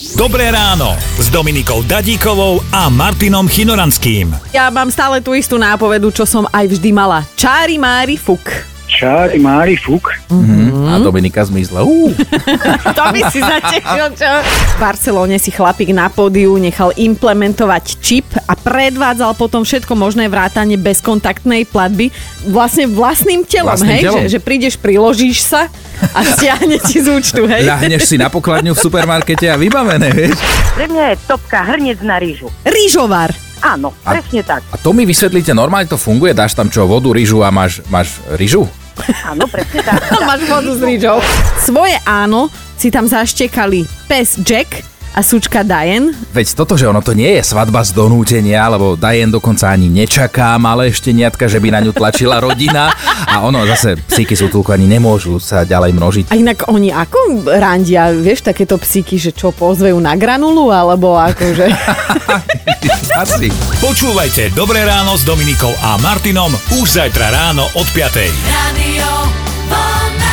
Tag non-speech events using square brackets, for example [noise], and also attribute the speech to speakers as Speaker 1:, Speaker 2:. Speaker 1: Dobré ráno s Dominikou Dadíkovou a Martinom Chinoranským.
Speaker 2: Ja mám stále tú istú nápovedu, čo som aj vždy mala. Čári mári fuk. [laughs]
Speaker 3: Čári, Mári, Fuk.
Speaker 4: A Dominika zmizla. Ú,
Speaker 2: To by si zatešil, čo? V Barcelóne si chlapík na pódiu nechal implementovať čip a predvádzal potom všetko možné vrátanie bezkontaktnej platby vlastne vlastným telom,
Speaker 4: Vlastným
Speaker 2: hej?
Speaker 4: telom.
Speaker 2: Že, že prídeš, priložíš sa a stiahne ti z účtu, hej?
Speaker 4: ľahneš si na pokladňu v supermarkete a vybavené, vieš.
Speaker 5: Pre mňa je topka hrniec na rýžu.
Speaker 2: Rýžovar. [laughs]
Speaker 5: Áno,
Speaker 4: A-
Speaker 5: presne tak.
Speaker 4: A to mi vysvetlíte, normálne to funguje? Dáš tam čo, vodu, rýžu a máš, máš rýžu?
Speaker 5: Áno, presne tak.
Speaker 4: [laughs]
Speaker 2: Máš vodu s rýžou. Svoje áno si tam zaštekali pes Jack a sučka Diane.
Speaker 4: Veď toto, že ono to nie je svadba z donútenia, lebo Diane dokonca ani nečaká malé šteniatka, že by na ňu tlačila rodina a ono zase psíky z útulku ani nemôžu sa ďalej množiť.
Speaker 2: A inak oni ako randia, vieš, takéto psíky, že čo pozvejú na granulu, alebo akože...
Speaker 4: Asi.
Speaker 1: Počúvajte Dobré ráno s Dominikou a Martinom už zajtra ráno od 5.
Speaker 6: Radio Bono.